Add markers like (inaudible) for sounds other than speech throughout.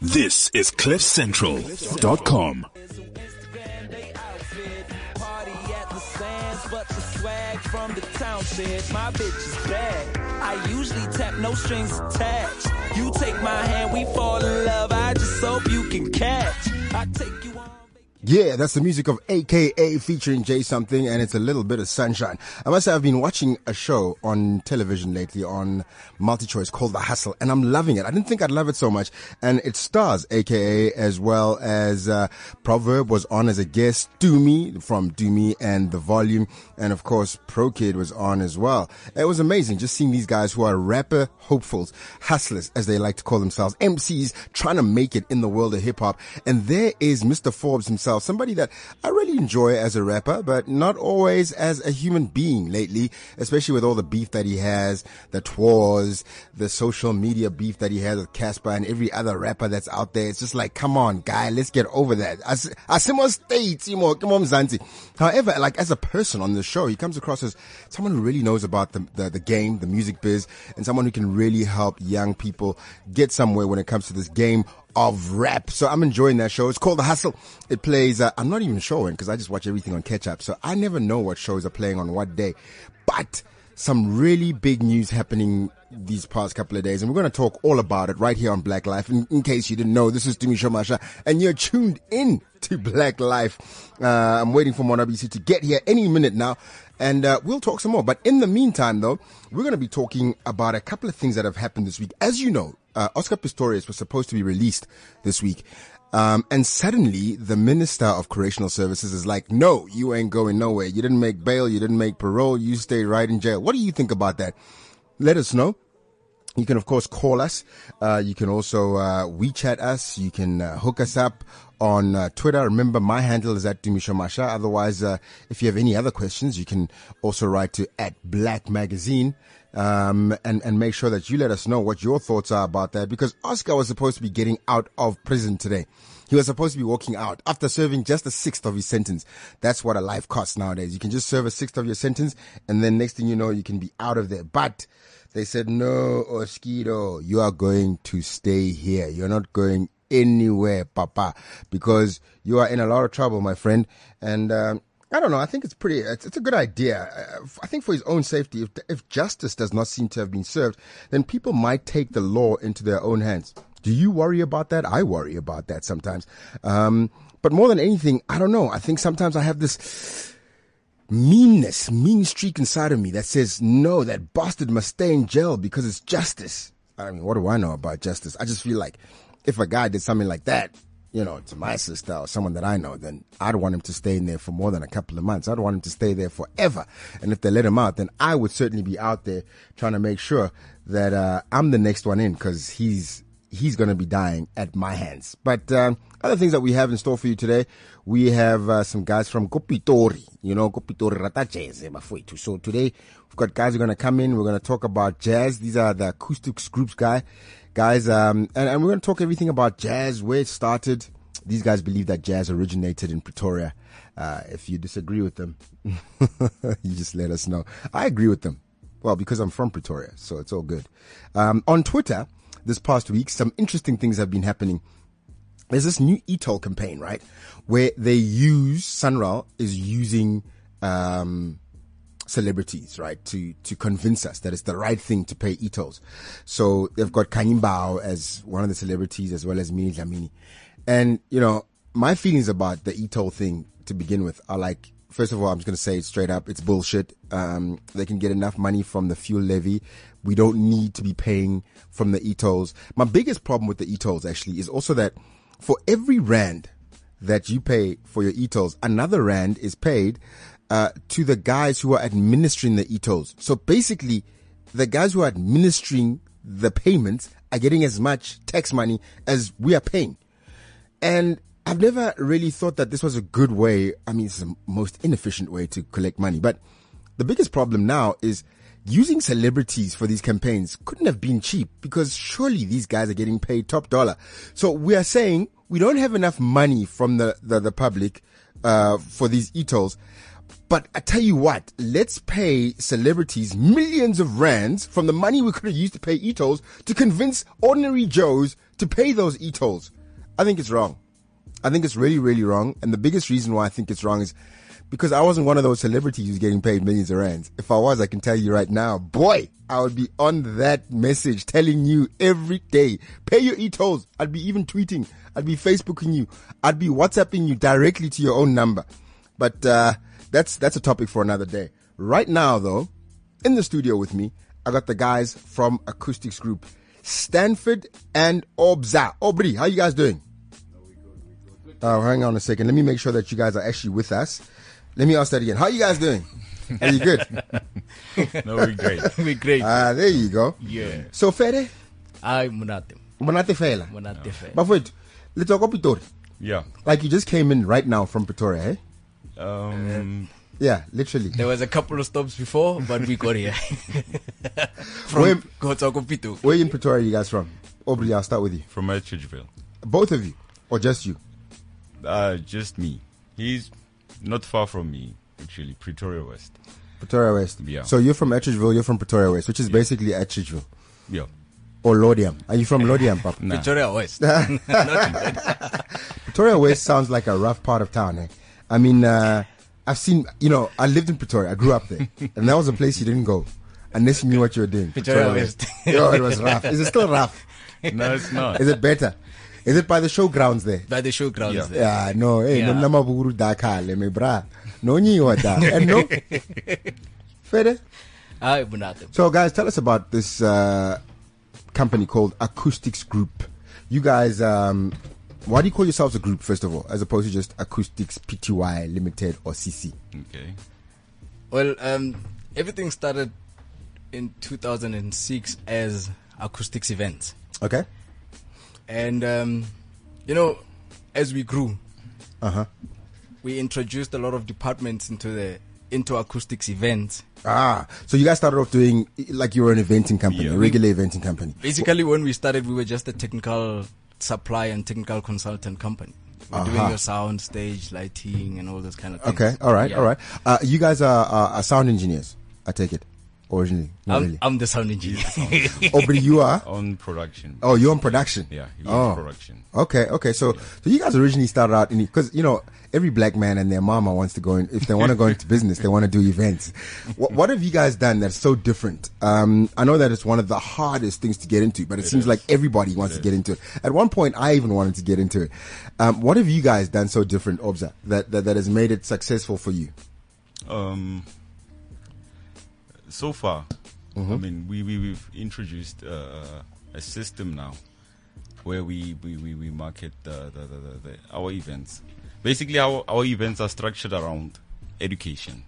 This is CliffCentral.com. Instagram, they outfit. Party at the sands, but the swag from the township. My bitch is bad. I usually tap no strings attached. You take my hand, we fall in love. I just hope you can catch. I take you on. Yeah, that's the music of AKA featuring Jay something, and it's a little bit of sunshine. I must say, I've been watching a show on television lately on MultiChoice called The Hustle, and I'm loving it. I didn't think I'd love it so much, and it stars AKA as well as uh, Proverb was on as a guest, Doomy from Doomy and The Volume, and of course Pro Kid was on as well. It was amazing just seeing these guys who are rapper hopefuls, hustlers as they like to call themselves, MCs trying to make it in the world of hip hop, and there is Mr. Forbes himself, somebody that I really enjoy as a rapper, but not always as a human being lately, especially with all the beef that he has, the twars, the social media beef that he has with Casper and every other rapper that's out there. It's just like, come on, guy, let's get over that. As Asimo State, you know, come on, Zanzi. However, like as a person on the show, he comes across as someone who really knows about the, the, the game, the music biz, and someone who can really help young people get somewhere when it comes to this game of rap. So I'm enjoying that show. It's called The Hustle. It plays, uh, I'm not even sure because I just watch everything on catch up. So I never know what shows are playing on what day, but some really big news happening these past couple of days. And we're going to talk all about it right here on Black Life. In, in case you didn't know, this is Dumi Shomasha and you're tuned in to Black Life. Uh, I'm waiting for WC to get here any minute now and uh, we'll talk some more. But in the meantime, though, we're going to be talking about a couple of things that have happened this week. As you know, uh, Oscar Pistorius was supposed to be released this week. Um, and suddenly the minister of correctional services is like, no, you ain't going nowhere. You didn't make bail. You didn't make parole. You stay right in jail. What do you think about that? Let us know. You can, of course, call us. Uh, you can also uh, WeChat us. You can uh, hook us up on uh, Twitter. Remember, my handle is at Dumisha Masha. Otherwise, uh, if you have any other questions, you can also write to at Black Magazine um, and, and make sure that you let us know what your thoughts are about that because Oscar was supposed to be getting out of prison today. He was supposed to be walking out after serving just a sixth of his sentence. That's what a life costs nowadays. You can just serve a sixth of your sentence and then next thing you know, you can be out of there. But they said, no, Oskido, you are going to stay here. You're not going anywhere, Papa, because you are in a lot of trouble, my friend. And um, I don't know. I think it's pretty. It's, it's a good idea. Uh, I think for his own safety, if, if justice does not seem to have been served, then people might take the law into their own hands. Do you worry about that? I worry about that sometimes. Um, but more than anything, I don't know. I think sometimes I have this meanness, mean streak inside of me that says, no, that bastard must stay in jail because it's justice. I mean, what do I know about justice? I just feel like if a guy did something like that, you know, to my sister or someone that I know, then I'd want him to stay in there for more than a couple of months. I'd want him to stay there forever. And if they let him out, then I would certainly be out there trying to make sure that, uh, I'm the next one in because he's, he's going to be dying at my hands. But um, other things that we have in store for you today, we have uh, some guys from Kopitori, you know, Kopitori Ratacheze Mafwetu. So today we've got guys who are going to come in. We're going to talk about jazz. These are the acoustics groups guy guys, um, and, and we're going to talk everything about jazz, where it started. These guys believe that jazz originated in Pretoria. Uh, if you disagree with them, (laughs) you just let us know. I agree with them. Well, because I'm from Pretoria, so it's all good. Um, on Twitter, this past week, some interesting things have been happening. There's this new ETOL campaign, right? Where they use, Sunral is using, um, celebrities, right? To, to convince us that it's the right thing to pay ETOLs. So they've got Kanyimbao as one of the celebrities as well as Mini Dlamini. And, you know, my feelings about the ETOL thing to begin with are like, first of all, I'm just going to say it straight up. It's bullshit. Um, they can get enough money from the fuel levy. We don't need to be paying from the e-tolls. My biggest problem with the e-tolls actually is also that for every rand that you pay for your e-tolls, another rand is paid, uh, to the guys who are administering the e-tolls. So basically, the guys who are administering the payments are getting as much tax money as we are paying. And I've never really thought that this was a good way. I mean, it's the most inefficient way to collect money. But the biggest problem now is using celebrities for these campaigns couldn't have been cheap because surely these guys are getting paid top dollar. So we are saying we don't have enough money from the, the, the public, uh, for these ETOLs. But I tell you what, let's pay celebrities millions of rands from the money we could have used to pay ETOLs to convince ordinary Joes to pay those e-tolls. I think it's wrong. I think it's really, really wrong. And the biggest reason why I think it's wrong is because I wasn't one of those celebrities who's getting paid millions of rands. If I was, I can tell you right now, boy, I would be on that message telling you every day, pay your e-tolls. I'd be even tweeting. I'd be Facebooking you. I'd be WhatsApping you directly to your own number. But, uh, that's, that's a topic for another day. Right now though, in the studio with me, I got the guys from Acoustics Group, Stanford and Obza. Aubrey, how you guys doing? Oh, Uh, hang on a second. Let me make sure that you guys are actually with us. Let me ask that again. How you guys doing? Are you good? No, we're great. we're great. Ah, there you go. yeah. So Fede, hayi munate Monate Fela. munate fela But wait, let's talk about Pretoria. Yeah. Like you just came in right now from Pretoria, eh? Um, Yeah, literally. there was a couple of stops before but we got here Where, from kotsakopito where in Pretoria are you guys from? Aubrey, I'll start with you. from Edgeville. Both of you, or just you? Uh, just me. He's not far from me, actually, Pretoria West. Pretoria West. Yeah. So you're from Etchridgeville, you're from Pretoria West, which is basically Etchridgeville. Yeah. Or Lodium. Are you from (laughs) Lodium, Papa? pretoria west Pretoria West sounds like a rough part of town. Eh? I mean, uh, I've seen, you know, I lived in Pretoria. I grew up (laughs) there. And that was a place you didn't go unless you knew what you were doing. Pretoria West. (laughs) Yo, it was rough. Is it still rough? No, (laughs) it's not. Is it better? Is it by the showgrounds there? by the showgrounds Yeah. there Yeah, no, hey, Yeah. no namaburu dakale, me bra. No nyiwa da. And (laughs) no. eh? Fede? hayi munate So, guys, tell us about this uh, company called Acoustics Group. You guys, um, why do you call yourselves a group, first of all, as opposed to just Acoustics Pty Limited or CC? Okay. well um everything started in 2006 as acoustics events Okay? and um you know as we grew Uh huh. we introduced a lot of departments into the into acoustics events Ah, so you guys started off doing like you were an eventing company, Yeah. a regular eventing company. Basically, when we started, we were just a technical supply and technical consultant company. We're Aha. doing your sound, stage, lighting, and all those kind of things. Uh-huh. Okay, all right, Yeah. all right. Uh, you guys are, are, are sound engineers, I take it, originally. Not Um, I'm, really. (laughs) I'm the sound engineer. oh, but you are? On production. Oh, you're on production. Yeah, he was Oh. production. Okay, okay. So, so you guys originally started out in because you know every black man and their mama wants to go in. If they want to go (laughs) into business, they want to do events. What, what have you guys done that's so different? Um, I know that it's one of the hardest things to get into, but it, seems like everybody wants to get into it. At one point, I even wanted to get into it. Um, what have you guys done so different, Obza, that, that that has made it successful for you? Um, so far, Mm-hmm. I mean, we, we, we've introduced uh, a system now where we, we, we, we market the, the, the, the, the, our events. Basically, our, our events are structured around education.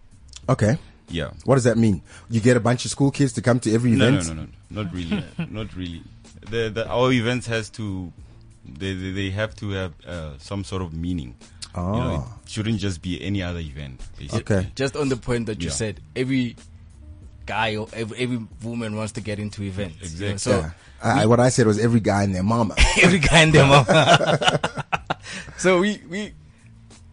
Okay, Yeah. what does that mean? You get a bunch of school kids to come to every No, event. no, no, no, no, not really, (laughs) not really. The, the our events has to, they they, they have to have uh, some sort of meaning. You know, Ah. it shouldn't just be any other event. Basically. Okay. (laughs) just on the point that you Yeah. said, every guy or every, every woman wants to get into events. you know, Exactly. so Yeah. I, I- what I said was every guy and their mama. every guy in their mom. (laughs) so we we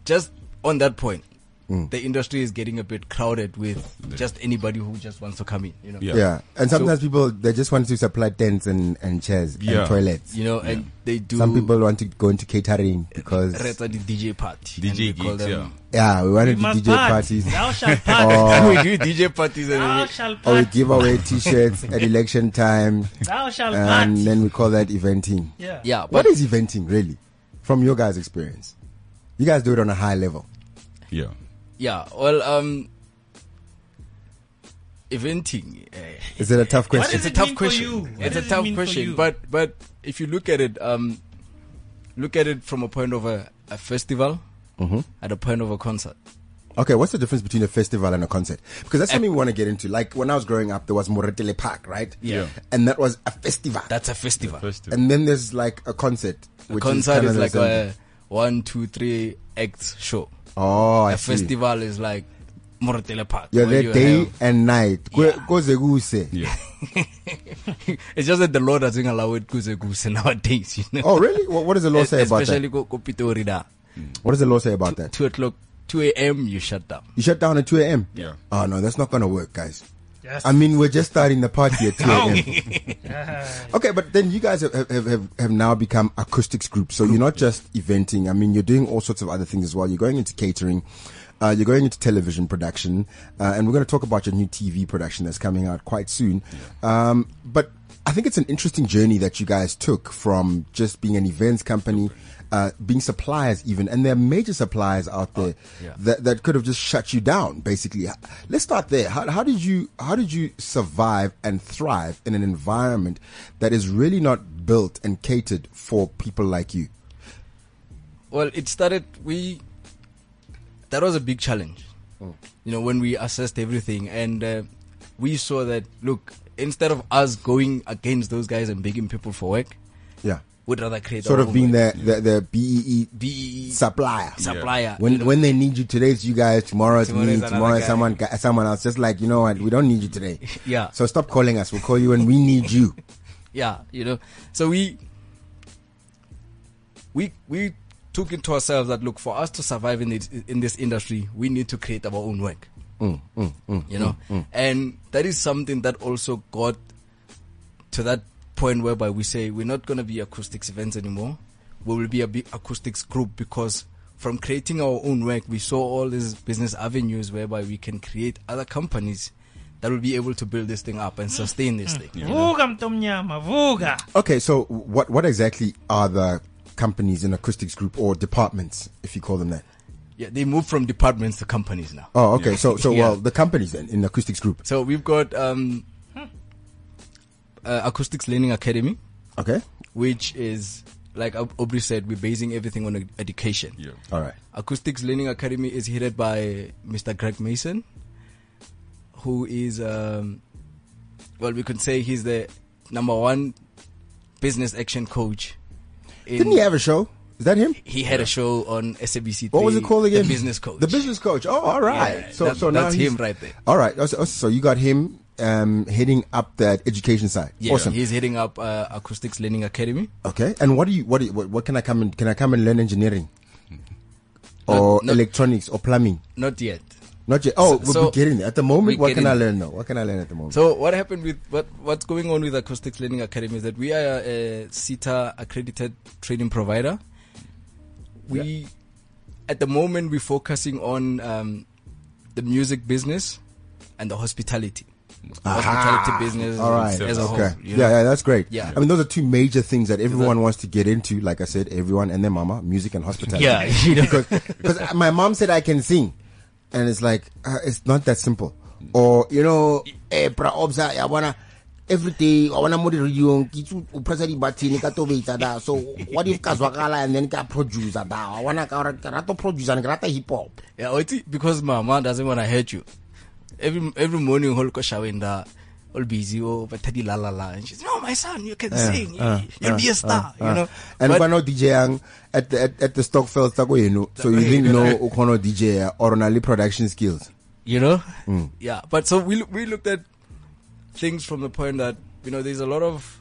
just on that point, Hmm. the industry is getting a bit crowded with just anybody who just wants to come in. You know. Yeah. Yeah, and sometimes people they just want to supply tents and, and chairs Yeah. and toilets. you know, and they do. Some people want to go into catering because Reta the DJ party. DJ and we call gigs, them- yeah. yeah, we want to do must DJ party. parties. (laughs) Thou shalt (laughs) party. Oh. we do DJ parties and Thou we, shalt Or we party. give away T-shirts at election time, Thou shalt and party. then we call that eventing. Yeah. yeah. What But is eventing really, from your guys' experience? You guys do it on a high level. Yeah. yeah, well, um, eventing. eh, Is it a tough What question? it's does a it tough mean for you? question. What It's a does it tough mean for question. you? But but if you look at it, um, look at it from a point of a, a festival, Mm-hmm. at a point of a concert. Okay, what's the difference between a festival and a concert? Because that's something we want to get into. Like when I was growing up, there was Moretele Park, right? Yeah. and that was a festival. That's a festival. First of and then there's like a concert. a which concert kind is of like the same. a one, two, three acts show. Oh, I a see. festival is like Moretele Park. You're where there you day have- and night. Go Yeah. go zeguse. yeah. (laughs) it's just that the law doesn't allow it goose goose nowadays. You know. Oh, really? What, what does the law say about especially that? go go Pitori da. What does the law say about that? Two o'clock, two a.m. You shut down. You shut down at 2 a.m.? Yeah. Ah, Oh, no, that's not going to work, guys. Yes. I mean, we're just starting the party at 2 a.m. Yeah. Okay, but then you guys have, have, have, have now become acoustics group. So you're not just eventing. I mean, you're doing all sorts of other things as well. You're going into catering. Uh, you're going into television production. Uh, and we're going to talk about your new TV production that's coming out quite soon. Um, but I think it's an interesting journey that you guys took from just being an events company, uh, being suppliers even, and there are major suppliers out there Oh, that, that could have just shut you down, basically. Let's start there. How, how did you, how did you survive and thrive in an environment that is really not built and catered for people like you? Well, it started. We that was a big challenge. Oh. You know, when we assessed everything, and uh, we saw that look, instead of us going against those guys and begging people for work, Yeah. we'd rather create Sort our of own being work. their, their, their BEE BEE supplier. supplier. When, you know. when they need you today, it's you guys. Tomorrow it's Tomorrow me. is another Tomorrow it's guy. someone, guy- someone else. Just like you know what, we don't need you today. (laughs) Yeah. So stop calling us. We'll call you when we need (laughs) you. yeah, you know. So we we we took into ourselves that look for us to survive in this in this industry, we need to create our own work. you know, and that is something that also got to that point whereby we say we're not going to be acoustics events anymore. We will be a big acoustics group because from creating our own work, we saw all these business avenues whereby we can create other companies that will be able to build this thing up and sustain this thing. Vuga mtomnyama, vuga. Okay. So what what exactly are the companies in acoustics group or departments, if you call them that? Yeah, they move from departments to companies now. Oh, okay. So so Yeah. well, the companies then in acoustics group. So we've got um, uh, Acoustics Learning Academy, Okay. which is like Ob- Aubrey said, we're basing everything on ed- education. Yeah. All right. Acoustics Learning Academy is headed by Mr. Greg Mason, who is um, well, we could say he's the number one business action coach. In, Didn't he have a show? Is that him? he had a show on SABC. What was it called again? The business coach. The business coach. Oh, all right. Yeah, so that- so now that's he's- him right there. All right. So, so you got him um, heading up that education side. Yeah, awesome. He's heading up uh, Acoustics Learning Academy. Okay, and what do you what do you, what, what can I come and can I come and learn engineering, or Not- not- electronics or plumbing? Not yet. Not yet. Oh, So- we'll so- be getting there at the we moment. What getting can I there. learn now? What can I learn at the moment? So what happened with what what's going on with Acoustics Learning Academy is that we are a CETA accredited training provider. We at the moment we're focusing on um, the music business and the hospitality. Hospitality business all right. as a whole. Okay. yeah, you know. yeah, that's great. Yeah. I mean, those are two major things that everyone wants to get into. Like I said, everyone and their mama, music and hospitality. Yeah, (laughs) you know. Because my mom said I can sing, and it's like uh, it's not that simple. Or you know, eh, pra obsa, I wanna every day I wanna move the kitchen, uh, press the button, ka tobetsa da. uh, So what if kazwakala and then ka producer da? I wanna ka ra- ka rata producer and ka rata hip hop. Yeah, or it's because mama doesn't want to hurt you. Every every morning, whole shawenda, all busy, oh, but teddy la la la, and she's no, my son, you can sing, you'll be a star, you know. Ah, And But- if I know DJing at the at, at the Stockfeld Taco, you know, so you didn't (laughs) know Okono DJ or only production skills. you know Hmm. yeah but so we loo- we looked at things from the point that you know there's a lot of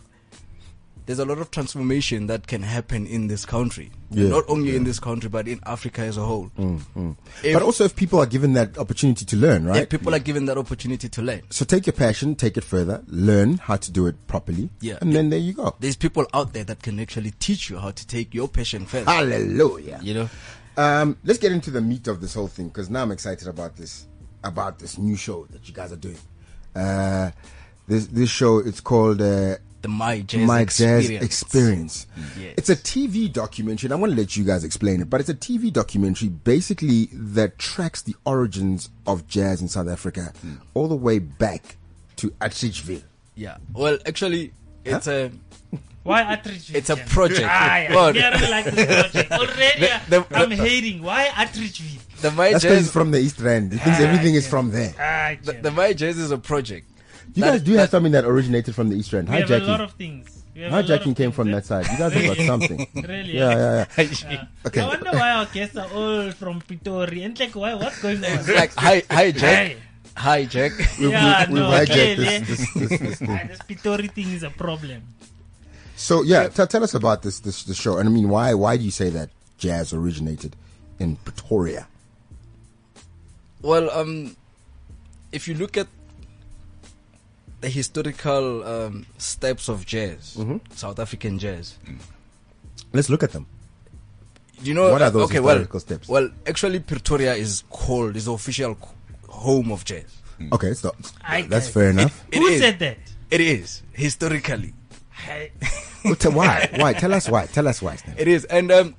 there's a lot of transformation that can happen in this country Yeah, Hmm, not only in this country but in africa as a whole If- but also if people are given that opportunity to learn, yeah, right? people are given that opportunity to learn so take your passion, take it further, learn how to do it properly, Yeah. and then there you go. there's people out there that can actually teach you how to take your passion further Hallelujah. you know Um, let's get into the meat of this whole thing because now I'm excited about this about this new show that you guys are doing. Uh, this this show it's called uh, the my jazz My experience Jazz Experience. Yes. It's a TV documentary, and I'm going to let you guys explain it, but it's a TV documentary basically that tracks the origins of jazz in South Africa Hmm. all the way back to Atchison. yeah well actually it's a Why Attridge? it's a project Ah, (laughs) yeah. Well, Yeah, I really like this (laughs) project. Already, uh, the- I'm hating. Why Attridge? the my That's because he's jazz from the East Rand. He thinks everything is yeah. from there. Ah, the, Jim. the my jazz is a project You That- guys do have something that originated from the East Rand. we have a lot Hijacking. of things. We have a lot of Hijacking came things from that side. You guys (laughs) have got something. Really? Yeah, (laughs) yeah, yeah. Okay. Okay. I wonder why our guests are all from Pretoria. And like, why? What's going on? like hi hi jack Hey. hi jack yeah, we- we no, hijacked okay, this- yeah. this- this- this thing. Ah, this Pretoria thing is a problem. So yeah, t- tell us about this this the show, and I mean, why why do you say that jazz originated in Pretoria? Well, um, if you look at the historical um, steps of jazz, Mm-hmm. South African jazz. Let's look at them. You know, What are those okay, well, historical steps? well, actually, Pretoria is called is the official c- home of jazz. Okay, stop. I That's guess. fair enough. It Who is. said that? It is historically. I- Well, tell- why? Why? Tell us why. Tell us why. Stan. It is, and um,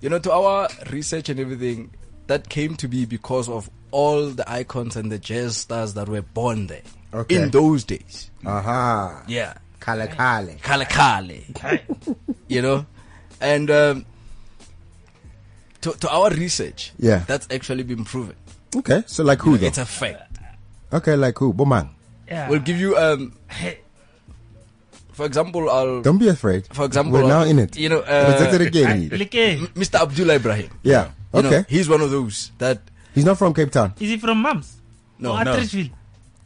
you know, to our research and everything, that came to be because of all the icons and the jazz stars that were born there Okay. in those days. Aha. Yeah, Kale kale. Kale Kale, you know, and um, to to our research, Yeah. that's actually been proven. Okay, so like who though? It's a fact. Okay, like who? Bomang. yeah. We'll give you um, for example, I'll Don't be afraid. for example, we're now I'll- in it. You know, Rejected uh, again. Like, eh, Mr. Abdullah Ibrahim. yeah. You Okay. know, he's one of those that. He's not from Cape Town. is he from Mums? No, or no. Oh, Atteridgeville?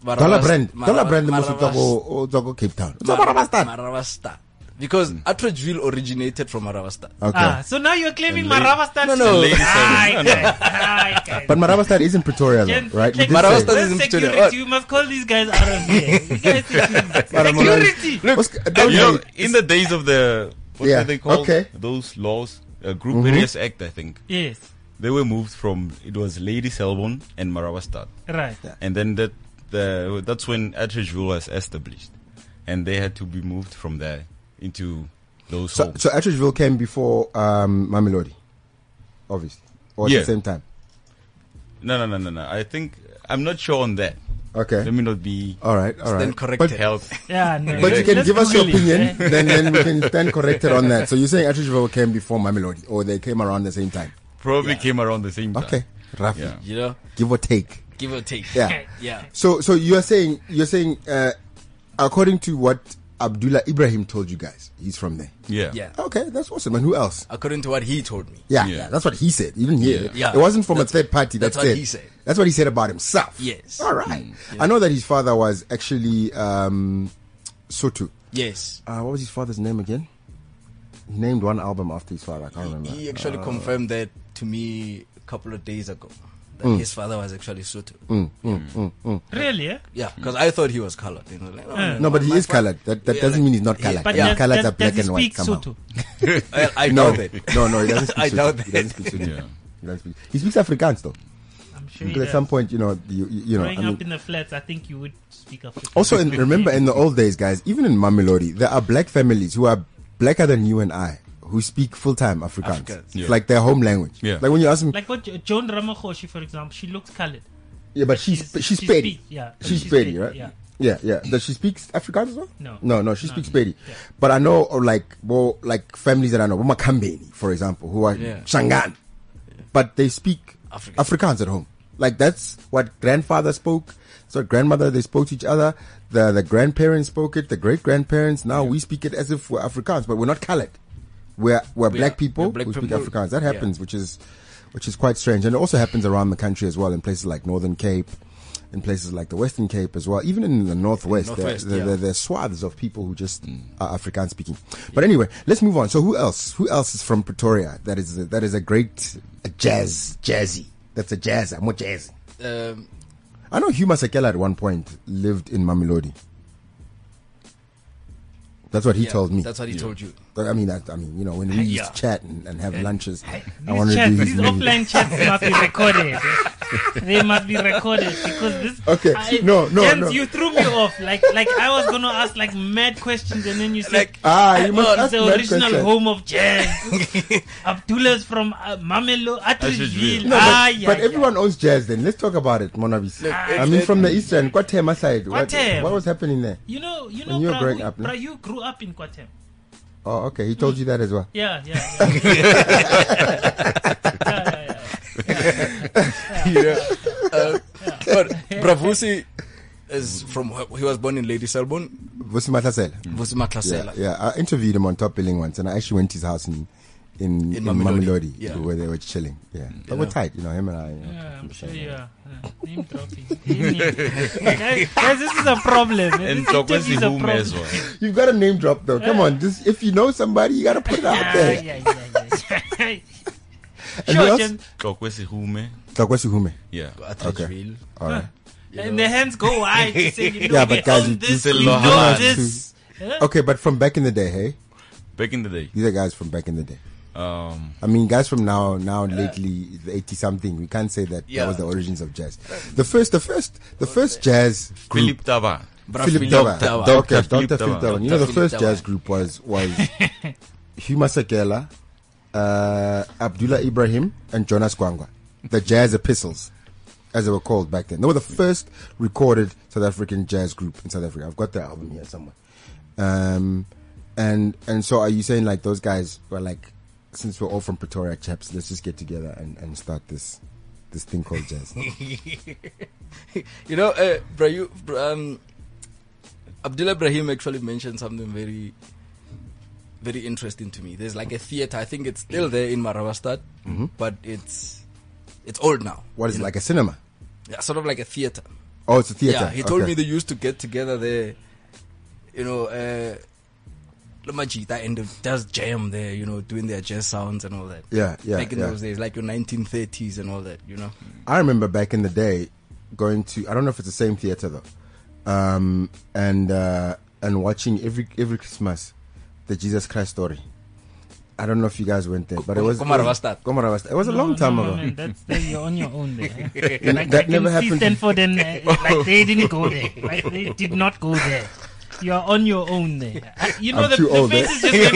Dollar Maravast- brand. Dollar Maravast- brand the most Maravast- go oh, Cape Town. It's Mar- Maravastad. Maravastad. Because Mm. Atteridgeville originated from Maravastad. Okay. Ah, so now you're claiming Maravastad? No, no. Lady Hi, guys. (laughs) Hi, guys. But Maravastad is in Pretoria Gen- though, right? We did like, say- Maravastad is in Security, Pretoria. What? You must call these guys out of here. You (laughs) guys think Maramona- you- Security! What's- You uh, don't know, worry. in the days of the what Yeah, were they called? okay. Mm-hmm. Those laws, uh, Group Various Act, I think Yes, they were moved from it was Lady Selbon and Maravastad, right. and then that the that's when Atteridgeville was established, and they had to be moved from there into those So, homes. so Atteridgeville came before um, Mamelodi, obviously, or at Yeah. the same time. no, no, no, no, no. I think I'm not sure on that. Okay. Let me not be all right. All right. Then But, corrected. health. Yeah, no, but you let's- can let's give us your Google it, (laughs) opinion, eh? then then we can stand corrected on that. So you're saying Atteridgeville came before Mamelodi, or they came around the same time? Probably came around the same time. Okay, roughly, Yeah. You know, give or take. give or take. Yeah. Okay. Yeah. So, so you're saying you're saying uh, according to what Abdullah Ibrahim told you guys, he's from there. Yeah. Yeah. Okay, that's awesome. And who else? According to what he told me. Yeah, Yeah. yeah, that's what he said. You didn't hear it. Yeah. It wasn't from That's- a third party. That that's what said- he said. That's what he said about himself. Yes. Mm. All right. I know that his father was actually um, Sotu. Yes. Uh, what was his father's name again? He named one album after his father. I can't remember. He actually confirmed that to me a couple of days ago. That Mm. his father was actually Sotho. Really? eh? Uh, Yeah, because I thought he was colored. You know, like, oh, no, but he my is fa- colored. That, that Yeah, doesn't like- mean he's not Yeah, colored. But Yeah. does, Colored does, are black and does he white. speak Somehow. Soto? I, (laughs) I No, doubt it. no, no, he (laughs) doesn't speak I Sotho. doubt He that. doesn't speak Sotho. Yeah. He doesn't speak. He speaks Afrikaans though. I'm sure he Because at does. some point, you know, you, you, you know, I Growing mean- up in the flats, I think you would speak up. (laughs) Also, in, remember in the old days, guys, even in Mamelodi, there are black families who are blacker than you and I who speak full time Afrikaans. Afrikaans. It's Yeah. Like their home language. Yeah. Like when you ask them, Like what Jo- Joan Ramakhoshi, for example, she looks colored. yeah, but she's, she's- she's she's Pedi. Pedi, yeah. She's, She's Pedi, Pedi, right? yeah. Yeah, yeah. Does she speak Afrikaans as well? No. No, no, she speaks Pedi. But I know, or like, well, like families that I know, well, Makambeni, for example, who are Yeah. Shangan, but they speak Afrikaans. Afrikaans at home. Like that's what grandfather spoke. So grandmother they spoke to each other. The the grandparents spoke it. The great grandparents. Now we speak it as if we're Afrikaans, but we're not colored. We're we're We are- black people we're black who speak people. Afrikaans. That Yeah. happens, which is which is quite strange, and it also happens around the country as well in places like Northern Cape. In places like the Western Cape as well, even in the Northwest, there, Northwest, there, yeah. Mm. there, there are swaths of people who just are Afrikaans speaking. But anyway, let's move on. So who else? Who else is from Pretoria? That is that is a great a jazz jazzy. That's a jazz. I'm more jazz. Um, I know Huma Sekela at one point lived in Mamelodi. That's what he yeah, told me. That's what he told you. I mean, that, I mean, you know, when we used Yeah. to chat and, and have lunches, I These, wanted to chats, do his these music. offline chats must be recorded. they must be recorded because this. Okay, I- no, no, James, no. you threw me off. Like, like I was gonna ask like mad questions, and then you said Like, Ah, you uh, "Oh, must it's ask the that original question. home of jazz. (laughs) Abdullah's from uh, Mamelo, Atteridgeville. Atteridgeville. No, but, ah, yeah, but yeah. everyone owns jazz then. Let's talk about it, Monabis. I mean, from the eastern, Kwatema side. What, Kwatem. what was happening there? You know, you know, When you were Bra- growing we- up, eh? no? Bra- you grew up in Kwatem. Oh, okay. He told you that as well. Yeah, yeah, yeah. (laughs) yeah, yeah, (laughs) yeah. you know. Uh, but Bravusi is from he was born in Lady Selbon, Mm. Vusimathlasela. Yeah, Vusimatlasela. yeah. I interviewed him on Top Billing once, and I actually went to his house in in, in, In Mamelodi, Mamelodi. Yeah. where they were chilling. Yeah, but we're tight, you know, him and I. you know, Yeah, I'm sure yeah. you are. Uh, name dropping. (laughs) guys, guys, this is a problem. eh? And (laughs) this Doc was interview is a problem. as well. You've got a name drop though. Come on, just if you know somebody, you gotta put it out Ah, Yeah, there. yeah, yeah, yeah. (laughs) And who sure, else? Jen. Doc was a hume. Takwesi Hume. Yeah. Atteridgeville. All right. And the hands go wide. to (laughs) say, you know, Yeah, but we guys, own you- this, you we still know have this. Huh? Okay, but from back in the day, hey, Back in the day, these are guys from back in the day. um, I mean, guys from now, now lately, the eighty something. We can't say that Yeah. that was the origins of jazz. The first, the first, the first jazz group. Philip Taba. Bra- Philip Dawa. Philip Dawa. Okay, Dr. Philip Dr. Philip Dawa. Dawa. You know, the Philip first Dawa. jazz group was (laughs) was Huma Sekela, uh, Abdullah Ibrahim, and Jonas Gwangwa. The Jazz Epistles, as they were called back then. They were the first recorded South African jazz group in South Africa. I've got the album here somewhere. Um, and and so are you saying like those guys were like, since we're all from Pretoria, chaps, let's just get together and, and start this this thing called (laughs) jazz. you know, uh, bro, you, br- um, Abdullah Ibrahim actually mentioned something very, very interesting to me. There's like a theater. I think it's still there in Maravastad, Mm-hmm. but it's it's old now. what is it You know? like a cinema? Yeah, sort of like a theater. Oh, it's a theater. Yeah, he told Okay. me they used to get together there. You know, uh, Lamajita and they just jam there. You know, doing their jazz sounds and all that. Yeah, yeah, Back in yeah. those days, like your 1930s and all that. You know. I remember back in the day going to I don't know if it's the same theater though, um, and uh, and watching every every Christmas the Jesus Christ story. I don't know if you guys went there, but it was Komaravastad. Komaravastad. It was a long No, time no, ago. Man, that's that you're on your (laughs) own there. You know, Like, that I never can see happened. Stanford and (laughs) uh, like they didn't go there. Like they did not go there. You are on your own there. I- You know I'm the, too the old, eh? (laughs) faces just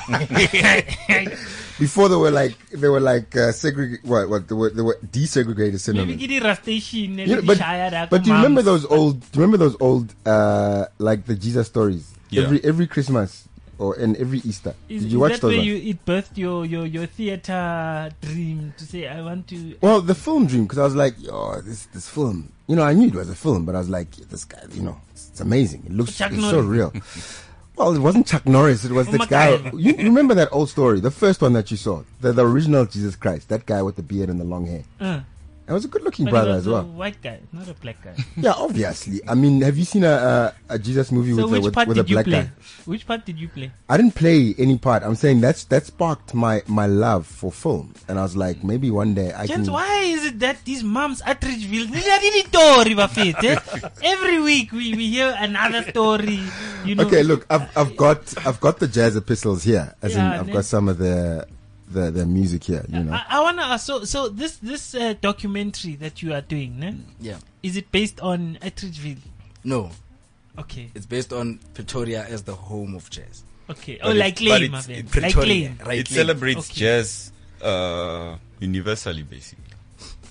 went like yeah. Before they were like they were like uh, segregated. What what they were, they were desegregated cinema. Maybe get the rustation and You know, the but shire that but do you remember those comes. old? Do you remember those old uh, like the Jesus stories? Yeah. Every every Christmas or and every Easter. Is, Did is you watch that those? where ones? you it birthed your your your theater dream to say I want to? Well, the film dream, because I was like, oh, this this film. You know, I knew it was a film, but I was like, this guy, you know, it's, it's amazing. It looks Chuck it's so Norris. real. well, it wasn't Chuck Norris. It (laughs) was Oh the my guy. God. You, you remember that old story, the first one that you saw, the, the original Jesus Christ, that guy with the beard and the long hair. Uh, That was a good-looking but brother it was as a well. white guy, not a black guy. yeah, obviously. I mean, have you seen a a, a Jesus movie with, so a, which with, part with a did you black play? guy? Which part did you play? I didn't play any part. I'm saying that's that sparked my my love for film, and I was like, maybe one day I Gents, can. why is it that these moms at Ridgeville, nila dili story (laughs) bafete? eh? Every week we, we hear another story. You know. Okay, look, I've I've got I've got the jazz epistles here, as Yeah, in I've got and then- some of the the the music here. You know, I, I wanna ask. So, so this this uh, documentary that you are doing, ne? Yeah. is it based on Attridgeville? No, Okay, it's based on Pretoria as the home of jazz. okay. But it- oh, like but claim, my it's- it- man. like Pretoria, claim right? it celebrates Okay. jazz uh, universally, basically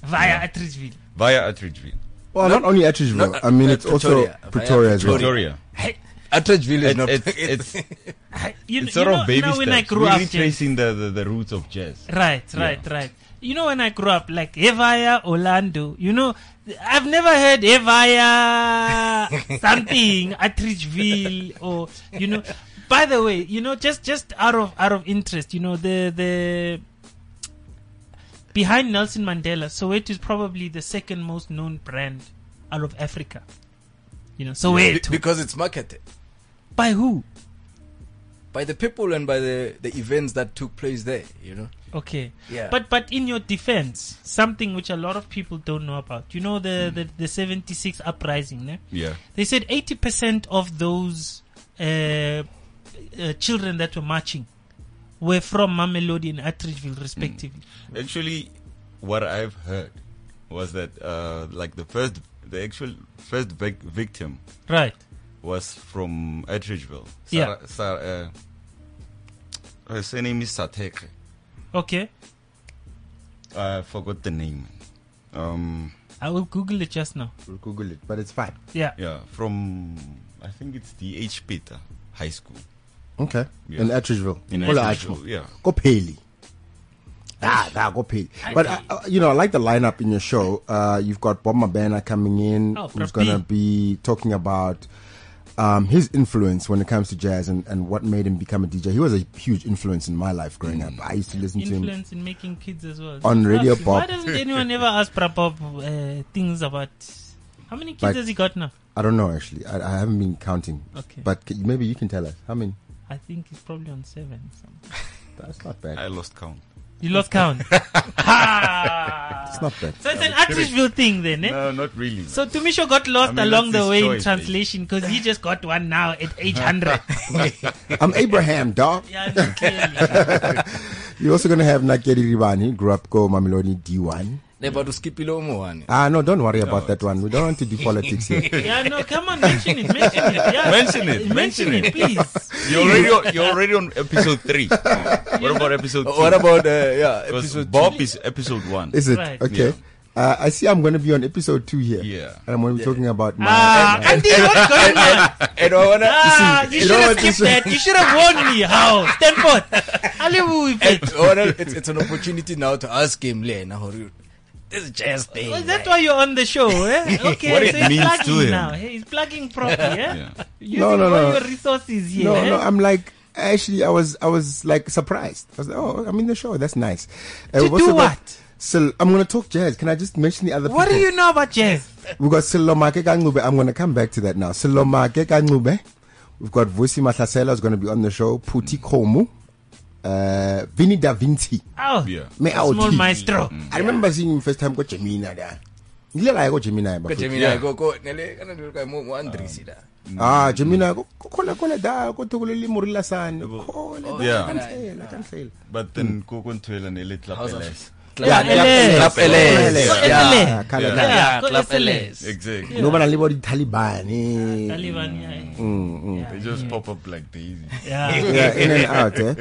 via Attridgeville. via Attridgeville, well, not only Attridgeville. not- I mean, uh, it's also Pretoria. Pretoria as well. Pretoria. Attridgeville is It's, not. (laughs) it's, it's, You, it's you sort know, of baby now steps. when I grew We're up, James, retracing the, the, the roots of jazz. Right, right, right. You know, when I grew up, like Evaya Orlando, you know, th- I've never heard (laughs) Evaya something at Ridgeville or, you know, by the way, you know, just, just out of, out of interest, you know, the, the, behind Nelson Mandela, Soweto is probably the second most known brand out of Africa. You know, Be- Soweto. because it's marketed by who? by the people and by the, the events that took place there, you know. Okay. Yeah. But but in your defense, something which a lot of people don't know about. You know the Hmm. the, the 76 uprising, ne? Yeah. They said 80% of those uh, uh, children that were marching were from Mamelodi and Attridgeville respectively. Actually, what I've heard was that uh, like the first, the actual first vic- victim Hmm. Right. was from Attridgeville. Yeah. Sarah, Sarah, uh, her surname is Satek. Okay. I forgot the name. Um, I will google it just now. We'll Google it, but it's fine. Yeah. yeah, from I think it's the H. Peter High School. Okay, Yeah. in Attridgeville, In Call it Attridgeville, Attridgeville. yeah. go Paley. Ah, nah, go Paley. But uh, uh, you know, I like the lineup in your show. Uh, you've got Bob Mabena coming in, Oh, who's Prep B. gonna be talking about. Um, his influence when it comes to jazz and, and what made him become a DJ. He was a huge influence in my life growing up. I used to listen to him Mm. Influence in making kids as well. On Radio Absolutely. Why Pop. doesn't anyone (laughs) ever ask Prabhop uh, things about how many kids Like- has he got now? I don't know actually. I, I haven't been counting. Okay. But c- maybe you can tell us how many. I think he's probably on seven. Something. (laughs) That's not bad. I lost count. You (laughs) lost count. Ha! It's not bad. So it's an Atridgeville thing then, eh? No, not really. man. So Tumisho got lost I mean, along that's his the way in choice, eh? translation because he just got one (laughs) now at 800. I'm Abraham, dog. yeah, no, clearly. You're also going to have Nakedi Ribani, grew up go Mamelodi D1. They're about to skip below one. (laughs) Ah, no, don't worry about that one. We don't want to do politics (laughs) here. yeah, no, come on, mention it, mention it. Yeah. Mention it, mention mention it, it. (laughs) please. You're already on, you're already on episode three. (laughs) what about episode two? What about, uh, yeah, Because episode Bob is episode one. Is it? Right. Okay. Uh, I see I'm going to be on episode two here. Yeah. And I'm going to be talking about my. Ah, Andy, what's (laughs) going on? two? And I wanna, Ah, you you know should have what, skipped this- that. You should have warned me. How? (laughs) Stanford. Hallelujah. and I wanna- (laughs) it's, it's an opportunity now to ask him, Lena, how you, this jazz thing. Well, that's why you're on the show, eh? (laughs) Okay, What it so he's means to plugging him. now. Hey, He's plugging properly, eh? Yeah. Using No, no, all no. your resources here. no, eh? no, I'm like. Actually, I was I was like surprised. I was like, oh, I'm in the show. That's nice. Uh, To we've also do got- what? Sil- I'm going to talk jazz. Can I just mention the other what do people? you know about jazz? We've got Silomake Kanube. I'm going to come back to that now. Silomake Kanube. We've got Vusi Matasela is going to be on the show. Puti Komu. Uh, Vinny Da Vinci. Oh, Yeah. May I small tea. maestro. I remember seeing him first time go Gemini there. Ile la go Gemini ba. Go futhi. Gemini, Yeah. go, go, Nele, kana ndi luka mo- mo Andrisi la. Ah Gemini go khona khona da go thukuleli murila san. Khona Oh, Yeah. kanhlela kanhlela. But Hmm. then Kokon Twela and Elite Club How's that? LS. Clap- Yeah, LS. clap LS. Clap Yeah. LS. Ah khala Yeah. da. Yeah, go Club SLS. LS. Exactly. No bana le bo di Taliban. eh. Taliban, yeah. They just pop up like the easy. Mm. Yeah. yeah, (laughs) in and out. Eh?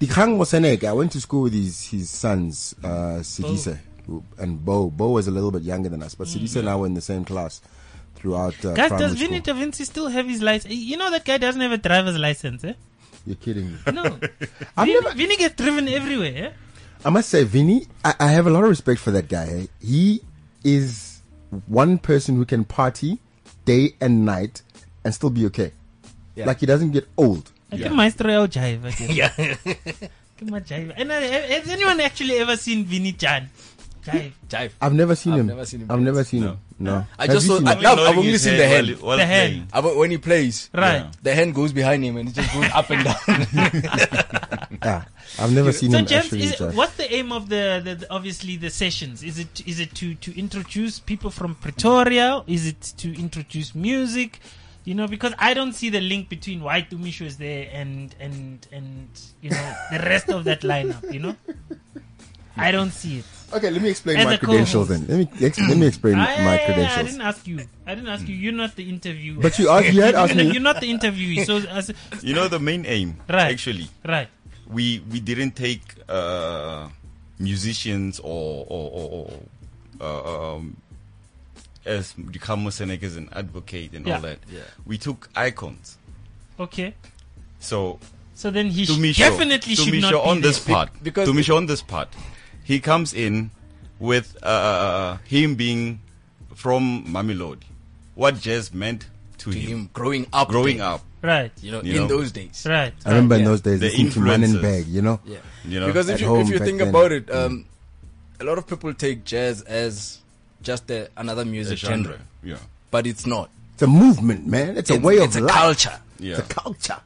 Dikhang Mosenek, I went to school with his, his sons, uh, Sidise Oh. who- and Bo. Bo was a little bit younger than us, but Sidise and I were in the same class throughout uh, Mm. Guys, primary does Vinny school. Da Vinci still have his license? You know that guy doesn't have a driver's license, (laughs) eh? You're kidding me. No. I've Vinny, never- Vinny gets driven everywhere, eh? I must say, Vinny, I, I have a lot of respect for that guy. eh. He is one person who can party day and night and still be okay. Yeah. Like he doesn't get old. I Yeah. think Maestro El Jive. I (laughs) guess. Give him a jive. And uh, has anyone actually ever seen Vinny Chan? Jive. Jive. I've never seen I've him. never seen him I've dance. never seen him. No. I Have just you saw- seen I- him? Now, Nodding I've only his seen head the while hand. he- while The hand. playing. About when he plays, Right. the hand goes behind him and it just goes up and down. (laughs) Yeah. I've never seen So him James, actually. is, Jeff. what's the aim of the, the, the obviously the sessions? Is it is it to to introduce people from Pretoria? Is it to introduce music? You know, because I don't see the link between why Tumisho is there and and and you know the rest of that lineup. You know, I don't see it. Okay, let me explain As my a credentials then. co-host. Let me ex- let me (clears throat) explain I, my I credentials. didn't ask you. I didn't ask you. You're not the interviewer. But you asked, you had (laughs) asked you're me. not the interviewee. So as, You know the main aim, Right. Actually, right. we we didn't take uh, musicians or or, or, or uh, um, as Dikamo Senek as an advocate and Yeah. all that. Yeah. We took icons. Okay. So So then he to sh- me, definitely to should me not sure be on there. this part because- to me sure on this part he comes in with uh, him being from Mamelodi what jazz meant to, to him, him growing up, growing there, up Right. you know, You in know. those days. Right. I remember in Yeah. those days, The listening to Man and influences. Bag, you know? Yeah. you know because At if you, home if you back think then. Mm. about it, um, a lot of people take jazz as just a, another the music genre. genre. yeah (laughs) but it's not. It's a movement, man. It's a way of it's a life. culture, yeah It's a culture.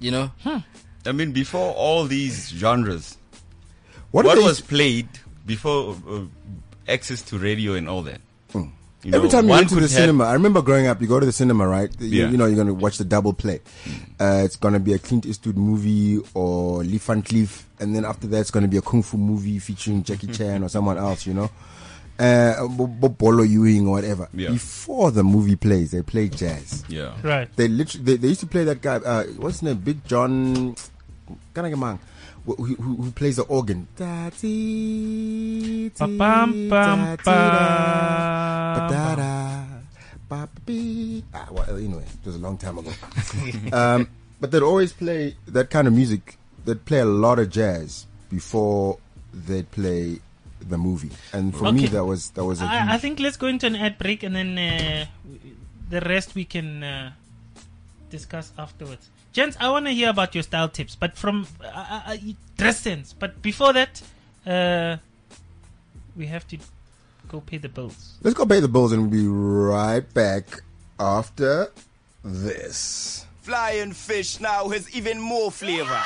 you know. I mean before all these genres What, what, if they was used- played before uh, access to radio and all that You Hmm. Every know, time you one went to could the have- cinema, I remember growing up, you go to the cinema, right? You, Yeah. you know, you're going to watch the double play. Uh, it's going to be a Clint Eastwood movie or Lee Van Cleef. And then after that, it's going to be a Kung Fu movie featuring (laughs) Jackie Chan or someone else, you know? Uh, Bo- Bo- Bolo Ewing or whatever. Yeah. Before the movie plays, they play jazz. yeah Right. They literally they, they used to play that guy. Uh, what's his name? Big John. Can I get man? Who, who, who plays the organ? Da, ti, ti, Ba-pam, da, pam, ti, da, pam. ba-da-da, ba-ba-bee. Ah, well, anyway, it was a long time ago. (laughs) um, but they'd always play that kind of music. They'd play a lot of jazz before they'd play the movie, and for me Okay. that was that was a I, I huge, think let's go into an ad break and then uh, w- the rest we can uh, discuss afterwards. Gents, I want to hear about your style tips, but from uh, uh, uh, dress sense. But before that, uh, we have to go pay the bills. Let's go pay the bills and we'll be right back after this. Flying fish now has even more flavor.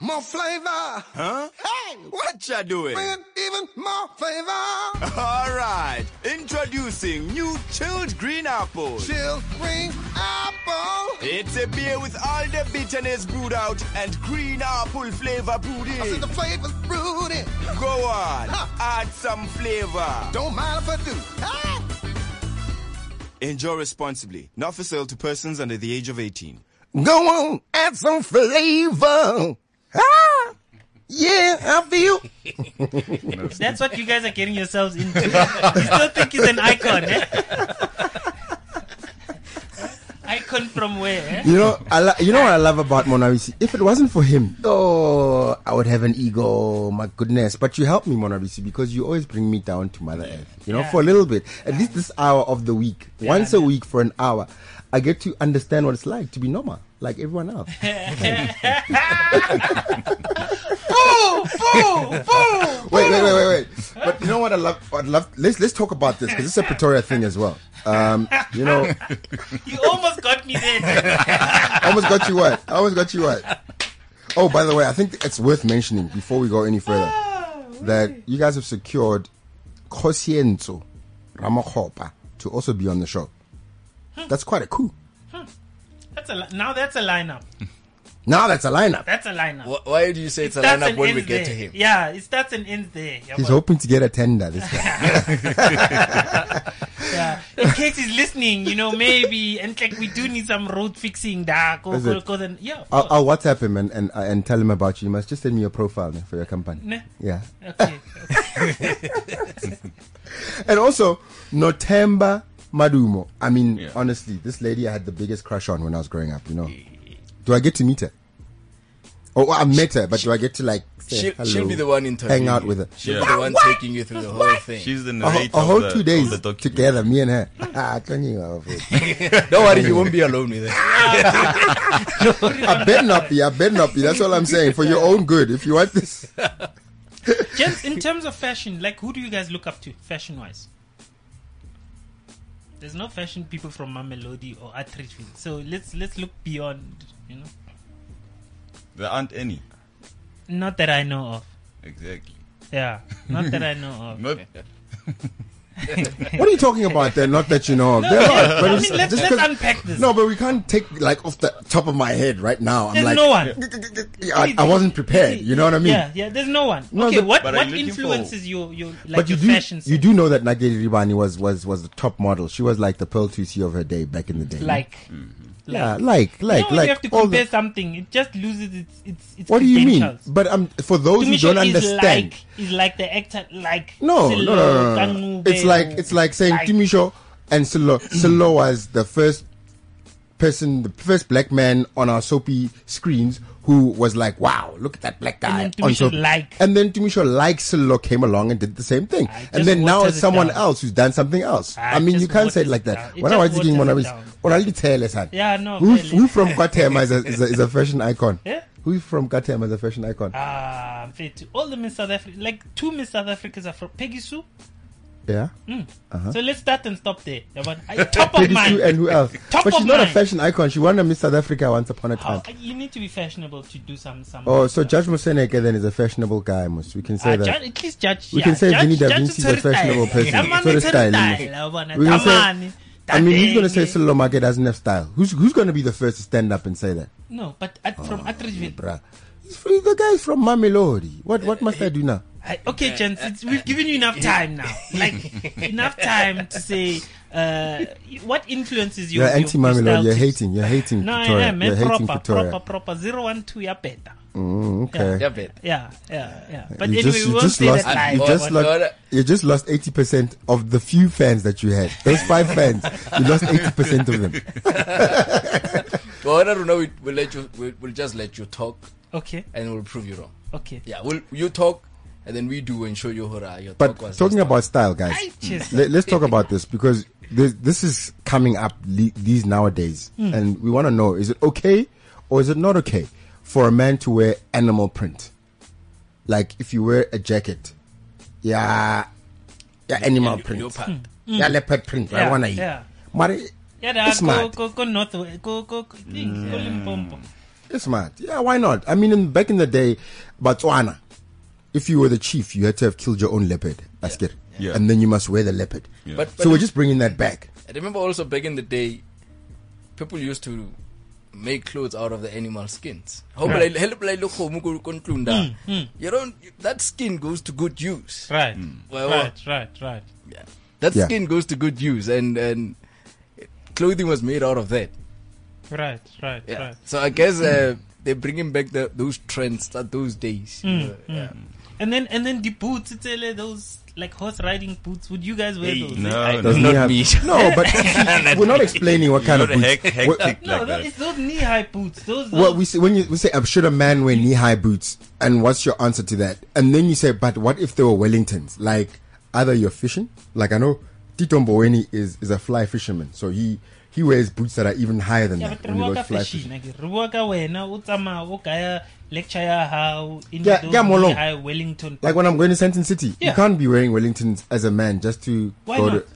More flavor! Hey! bang! What ya doing? Bring even more flavor! Alright, introducing new chilled green apple. Chill green apple! It's a beer with all the bitterness brewed out and green apple flavor brewed I said in. the flavor's rooted. Go on, Ha. add some flavor. Don't mind if I do. Ah! Enjoy responsibly. Not for sale to persons under the age of 18. Go on, add some flavor! Ah! Yeah, I feel. That's what you guys are getting yourselves into. you still think he's an icon, eh? icon from where? Eh? You know, I lo- you know what I love about Monabisi? If it wasn't for him, oh, I would have an ego, my goodness. But you help me, Monabisi, because you always bring me down to Mother Earth, you know, Yeah. for a little bit. At least this hour of the week, once a week for an hour, I get to understand what it's like to be normal, like everyone else. (laughs) (laughs) Fool, fool, fool. wait, wait, wait, wait, wait. But you know what I love? I love. Let's let's talk about this because it's a Pretoria thing as well. Um, you know, You almost got me there. I almost got you what? I almost got you what? Oh, by the way, I think it's worth mentioning before we go any further that you guys have secured Kosienzo Ramakhopa to also be on the show. That's quite a coup. That's a li- now that's a lineup. Now that's a lineup. That's a lineup. Wh- Why do you say it's a Starts lineup and when we ends get to there. him? Yeah, it starts and ends there. Yeah, He's but- hoping to get a tender. This guy. yeah. In case he's listening, you know, maybe and like we do need some road fixing. Da, go, Is go, it? Uh, go, then, yeah. of I'll, course. I'll WhatsApp him and, and and tell him about you. You must just send me your profile ne, for your company. Ne. Yeah. Okay. And also, Notemba Madumo. I mean, Yeah. honestly, this lady I had the biggest crush on when I was growing up, you know. Do I get to meet her? Oh, well, I met her, but do I get to like say She'll, hello? she'll be the one interviewing. hang out you. with her. She'll be Yeah. the one taking you through the whole thing. She's the A, narrator. whole- a whole of the, two of the days document. together, me and her. Ah, I can't even have it. Don't worry, you won't (laughs) be alone with her. I (laughs) better not be. I better not be. That's all I'm saying. For your own good, if you want this. Gents, in terms of fashion, like who do you guys look up to, fashion wise? There's no fashion people from Mamelodi or Atridgeville, so let's let's look beyond. You know, There aren't any. not that I know of. Exactly. Yeah, not that I know (laughs) of. Not What are you talking about there? Not that you know of. No, There yeah, are, but I it's- mean, let's, just let's 'cause- unpack this. No, but we can't take like off the top of my head right now. I'm There's like, no one. I, I wasn't prepared. (laughs) You know what I mean? Yeah, yeah. There's no one. No, okay, but- what But are what you looking influences your your like but you your do fashion? you sense? do know that Nageli Ribani was was was the top model. She was like the pearl to see of her day back in the day. like, like, yeah, like you like know, when like you have to all compare the- something, it just loses its its its what do you mean? credentials. But um, for those who Tumisha don't is understand, like is like the actor like no, no, no, Silo, no, no, no. Kanube, It's like it's like saying like- Timisho and Silo. Silo was the first person, the first black man on our soapy screens who was like, "Wow, look at that black guy." And then on Timisho soapy." like- and then Timisho like Silo came along and did the same thing. Ah, it And just then now waters it's it someone down. else who's done something else. Ah, I it mean, just you can't say it waters like it that. down. It when I just was thinking waters Monabis, it down. or I'll tell us that. Yeah, no, Who, really. who from Kwatema is a, is, a, is a fashion icon? (laughs) Yeah. Who from Kwatema is a fashion icon? ah, fair to all the Miss South Africa, like two Miss South Africans are from Peggy Sue. yeah. So let's start and stop there. Yeah, (laughs) but I- top of Lady Uh-huh. Sue mind. and who else? (laughs) Top but she's of not a mind. fashion icon. She won a Miss South Africa once upon a time. How- Oh, you need to be fashionable to do some some. Oh, so Judge Moseneke then is a fashionable guy, Mus. We can say Ah, that. judge, at least judge. We yeah, can say judge, Vinnie Da judge Vinci's a Terry fashionable style. person. Tamani Sort of Terry style, style, yabona, We can say- Tamani, I mean, who's going to say Tatenge. Solo Market doesn't have style? Who's who's going to be the first to stand up and say that? No, but at, from Atridgeville. Bruh. He's free- The guy's from Mamelodi. What what must I do now? I, okay, gents, it's, we've given you enough time now. Like enough time to say uh, what influences you. You're anti style Mamelodi. You're tips. hating. You're hating No, I Pretoria. am eh, You're hating proper, Pretoria. proper, proper. Zero one two, yeah, better. Okay. Yeah, babe. Yeah, yeah, yeah. But you anyway, just, we you won't just say lost, that you live. just But- lost, but- you just lost 80% of the few fans that you had. Those five fans, you lost 80% of them. Well, I don't know. We, we'll let you. We'll, we'll just let you talk, Okay, and we'll prove you wrong. okay. Yeah, we'll you talk, and then we do and show you how your But talk was. talking about style, guys, I just- let, us talk about this because this, this is coming up le- these nowadays, Hmm. and we want to know: is it okay or is it not okay for a man to wear animal print? Like if you wear a jacket, yeah, yeah, animal print, leopard. Hmm. yeah, leopard print. I Yeah, wanna eat. yeah. But Yeah, it's go, mad. go, go north, go, go, go, thing, go Limpopo. It's mad. Yeah, why not? I mean, in, back in the day, Botswana, if you were the chief, you had to have killed your own leopard, Asker. Yeah. And then you must wear the leopard. Yeah. But, but So we're just bringing that back. I remember also back in the day, people used to make clothes out of the animal skins. How will I- how will I look for muku kontlunda? You don't. That skin goes to good use. Hmm, Right. Well, well, right, right, right. that Yeah. skin goes to good use, and and clothing was made out of that. Right, right, Yeah. right. So I guess uh, they're bringing back the, those trends that those days. Hmm. you know, yeah. And then and then the boots, it's like those like horse riding boots. Would you guys wear those? eh? No, Doesn't no. Not he have- (laughs) me. No, but we're (laughs) not explaining what kind Not of boots. hec- What- hectic No, like tho- that. it's those knee high boots. Those, those Well, we say, when you we say, uh, should a man wear knee high boots? And what's your answer to that? And then you say, but what if they were Wellingtons? Like, either you're fishing, like I know Tito Mboweni is, is a fly fisherman, so he, he wears boots that are even higher than yeah, that but when he Rewaka goes fly fishing. fishing. Like, Rewaka wena, o tsamaya o kaya lecture ya hao in Yeah, those yeah, Molong. knee-high Wellington. Like when I'm going to Sentin City, you Yeah. can't be wearing Wellingtons as a man just to Why go not? to.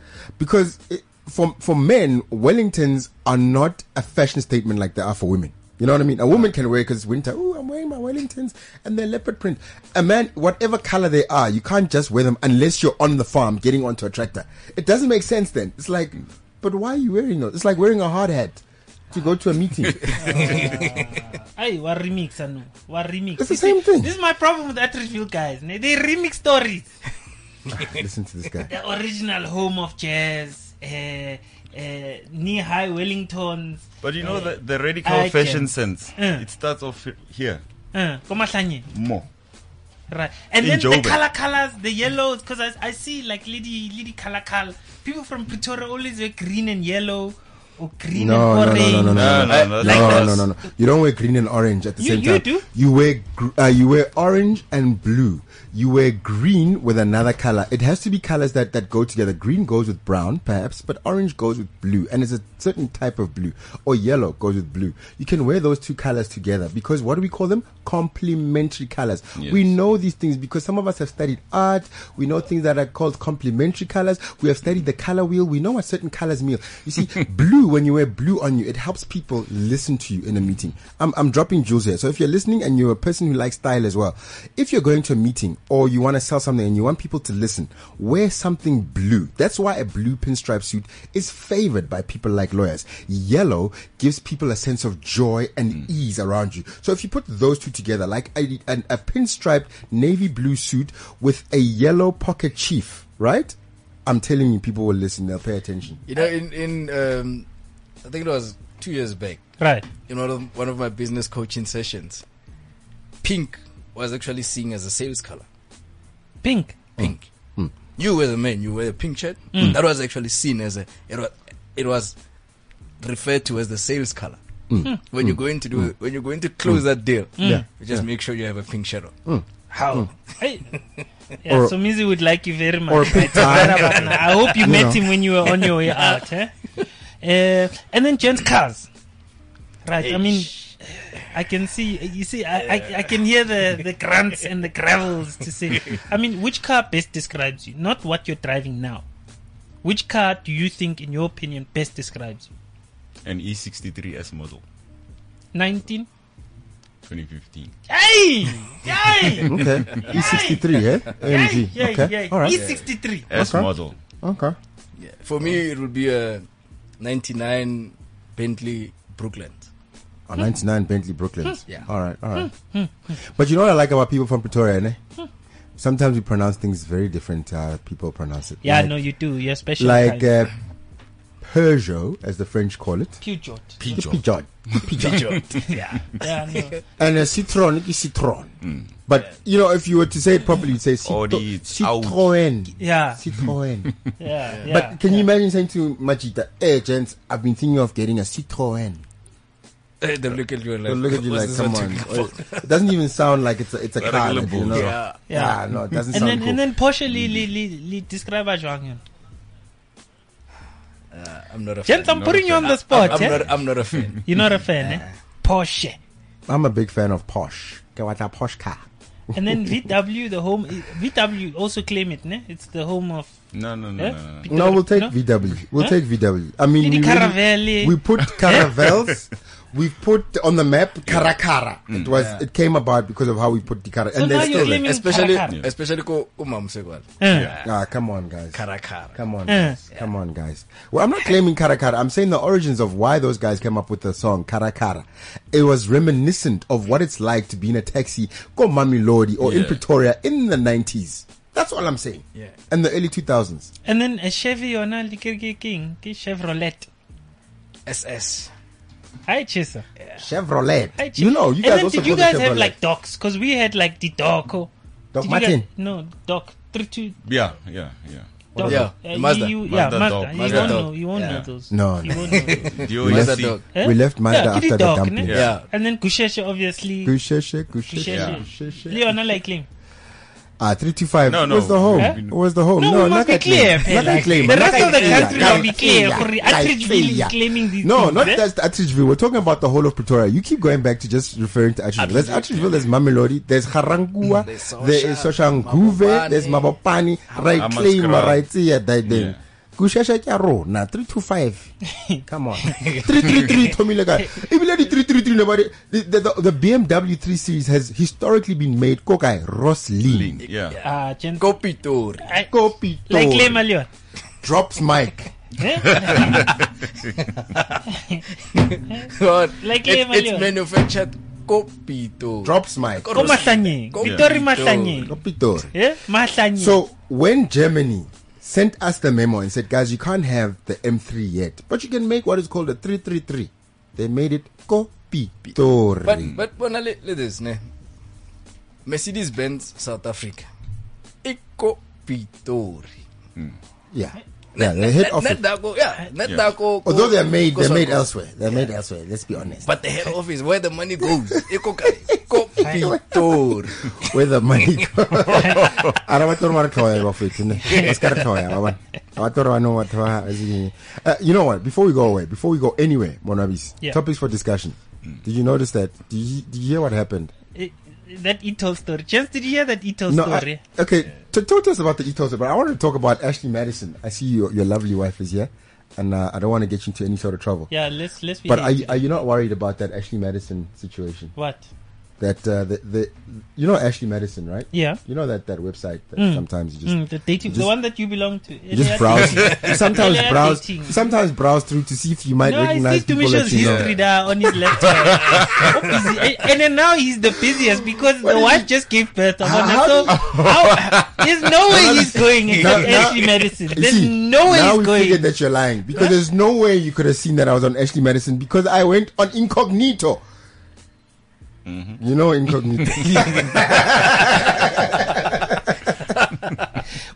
Because it, for, for men, Wellingtons are not a fashion statement like they are for women. You know what I mean? A woman can wear because winter. Oh, I'm wearing my Wellingtons and they're leopard print. A man, whatever color they are, you can't just wear them unless you're on the farm getting onto a tractor. It doesn't make sense then. It's like, but why are you wearing those? It's like wearing a hard hat to go to a meeting. (laughs) Aye, what remix, Anu? What remix? It's the You same see, thing. This is my problem with Atridgeville guys. ne? They remix stories. Listen to this guy. The original home of jazz, uh, uh, knee high Wellingtons, But you know the, the radical I fashion can- sense. Mm. It starts off he- here uh, Komahlanye. more. Right. And In then Joburg. the color colors, the yellows, because I, I see like lady lady color color. People from Pretoria always wear green and yellow or green No, no, and no, orange. no, no, no, No, no, no, no, Like no, that's- no, no, no. You don't wear green and orange at the You- same you time. do? You wear gr- uh, you wear orange and blue. You wear green with another color. It has to be colors that that go together. Green goes with brown, perhaps, but orange goes with blue, and it's a certain type of blue. Or yellow goes with blue. You can wear those two colors together because what do we call them? Complementary colors. We know these things because some of us have studied art. We know things that are called complementary colors. We have studied the color wheel. We know what certain colors mean. You see, blue, when you wear blue on you, it helps people listen to you in a meeting. I'm, I'm dropping jewels here. So if you're listening and you're a person who likes style as well, if you're going to a meeting or you want to sell something and you want people to listen, wear something blue. That's why a blue pinstripe suit is favored by people like lawyers. Yellow gives people a sense of joy and ease around you. So if you put those two together, like a, an, a pinstriped navy blue suit with a yellow pocket chief, right? I'm telling you, people will listen. They'll pay attention. You know, in in um, I think it was two years back. Right. in one of, one of my business coaching sessions, pink was actually seen as a sales color. Pink. Pink. Hmm. You as a man, you wear a pink shirt. Hmm. That was actually seen as a it was, it was referred to as the sales color. Hmm. Hmm. When you're going to do when you're going to close that deal, Yeah. Hmm. you just make sure you have a pink shirt on. How? Hey. (laughs) Yeah, Or- so Mizi would like you very much. or (laughs) (laughs) pink I hope you, met know. him when you were on (laughs) your way out. Eh? Uh, and then gents cars. Right. I mean, I can see. You see, I, I, I can hear the the grunts and the gravels to (laughs) say. I mean, which car best describes you? Not what you're driving now. Which car do you think, in your opinion, best describes you? An E63S model, 19? 2015. Hey! (laughs) Hey! Okay. E63, yeah? AMG. Yeah, okay. yeah. All right. E63. S Okay. model. Okay. Yeah. For me, it would be a '99 Bentley Brooklyn. Oh, 99 Bentley Brooklyn. Yeah. All right, all right. But you know what I like about people from Pretoria, eh? Sometimes we pronounce things very different to how people pronounce it. Yeah, like, no, you do. You're special. Like guy. uh, Peugeot, as the French call it. (laughs) Peugeot. Peugeot. yeah. Yeah, no. (laughs) And a Citroën is Citroën. But, you know, if you were to say it properly, you'd say Citro- Audi, it's out. Citroën. Yeah. Citroën. yeah, yeah. But can you imagine saying to Majita, hey, gents, I've been thinking of getting a Citroën. they look at you and like, They'll look at you "What's like, this come one on. talking about?" It doesn't even sound like it's a, it's a Like a car. little like, you bull. know. Yeah. Yeah. Ah, no, it doesn't and sound then cool. and then Porsche li li li, li describe as Johangen. I'm not a fan. Gents, I'm putting you on the I'm, spot. eh? not, I'm not (laughs) a fan. You're not a fan, eh? Porsche. I'm a big fan of Porsche. Okay, what a Porsche car. And then VW, the home VW also claim it, ne? It's the home of No, no, no, Eh? no, no, no. No, we'll take No? VW. We'll take VW. I mean, Lady we, really- Caravelle. we put (laughs) caravels. we put on the map Karakara. It was. It came about because of how we put the Kara. So and now they're you're still there. claiming especially Karakara. especially ko umamsekwala Eh. Ah, come on, guys. karakara Come on, guys. Come on, guys. Well, I'm not claiming Karakara. I'm saying the origins of why those guys came up with the song Karakara. It was reminiscent of what it's like to be in a taxi, go Mami Lodi, or in Yeah. Pretoria in the 90s. That's all I'm saying. Yeah. And the early 2000s. And then a Chevy or not, King, Chevrolet. ss Hi, Chesa. Chevrolet. Hi, Chesa. You know, you and guys then also did you call it guys have Chevrolet. like docs? Because we had like the doc. oh. Doc Did you Martin. guys- no, doc. Three, two, Yeah, yeah, yeah. doc. Yeah, Uh, Mazda. You, you, yeah, Mazda Mazda. doc. You, Mazda won't doc. know, you won't Yeah. know those. No, You no. won't know those. The We left, Mazda dog. OEC. Eh? we left Mazda Yeah, after Kitty the Dog, dumping. ne? yeah And then Kusheshe, obviously. Kusheshe, kusheshe, Kusheshe. kusheshe. Leona Lakeling. Ah, 325. No, no. Where's the home? Eh? Where's the home? No, we not must be that name. clear, phela. Not that claim. The Not rest that of the claim. country will be clear. Guys, Kuri, guys, Atteridgeville is yeah. claiming these No, things, not eh? just Atridgeville. We're talking about the whole of Pretoria. You keep going back to just referring to Atridgeville. There's Atridgeville, there's Mamelodi, there's Harangua, There's there is Soshanguve, Mabopane, there's Mabopani, right Hammanskraal. claim, right here, that Yeah. thing. Kushesha kya ro na (laughs) 325 come on 333 Tommy Lega even the 333 nobody the, the, the, the BMW 3 series has historically been made kokai Roslyn Yeah. Ah, Jen. ko pitori (laughs) I- Kopi Like Tori. Lema Leon. drops mic. Eh? God, Like it, Lema it's Leon. manufactured ko pitori Drops mic. Ko- Komasanye. Kopi Tori. Victory Masanye. Kopito. Eh? Masanye. So when Germany sent us the memo and said, guys, you can't have the M3 yet, but you can make what is called a 333. They made it Kopitori. but but bona le le this ne mercedes benz south africa iko pitori yeah. Yeah, they head office. net dako yeah net dako ko- Although they're made, ko they're made Swakopmund. elsewhere. They're made elsewhere. Let's be honest. But the head office, where the (laughs) money goes, iko kae, ko Pitori. Where the money (laughs) goes. I don't want to know what to talk about it, ne? Let's get to talk about it. I want to know what to- Uh, You know what? Before we go away, before we go anywhere, Monabis, Yeah. topics for discussion. Did you notice that? Did you, did you hear what happened? Eh, That Ito story. Jens, did you hear that Ito I, story? okay, t- talk to us about the ethos, but I want to talk about Ashley Madison. I see your, your lovely wife is here, and uh, I don't want to get you into any sort of trouble. Yeah, let's let's be. But are you, are you not worried about that Ashley Madison situation? What? That uh, the, the you know Ashley Madison, right? Yeah. You know that that website that sometimes you just Mm, the dating, just- the one that you belong to. you just (laughs) browse, you sometimes Earlier browse, dating. sometimes browse through to see if you might No, I see recognize people Tumisho's that you know. history there on his left hand. (laughs) Is he- and then now he's the busiest because the did wife just gave birth. I'm How- so how, there's no way he's going Now- except now- Ashley Madison. You There's see, no way now he's we going. figured that you're lying because there's no way you could have seen that I was on Ashley Madison because I went on incognito. Mm-hmm. You know (laughs) incognito.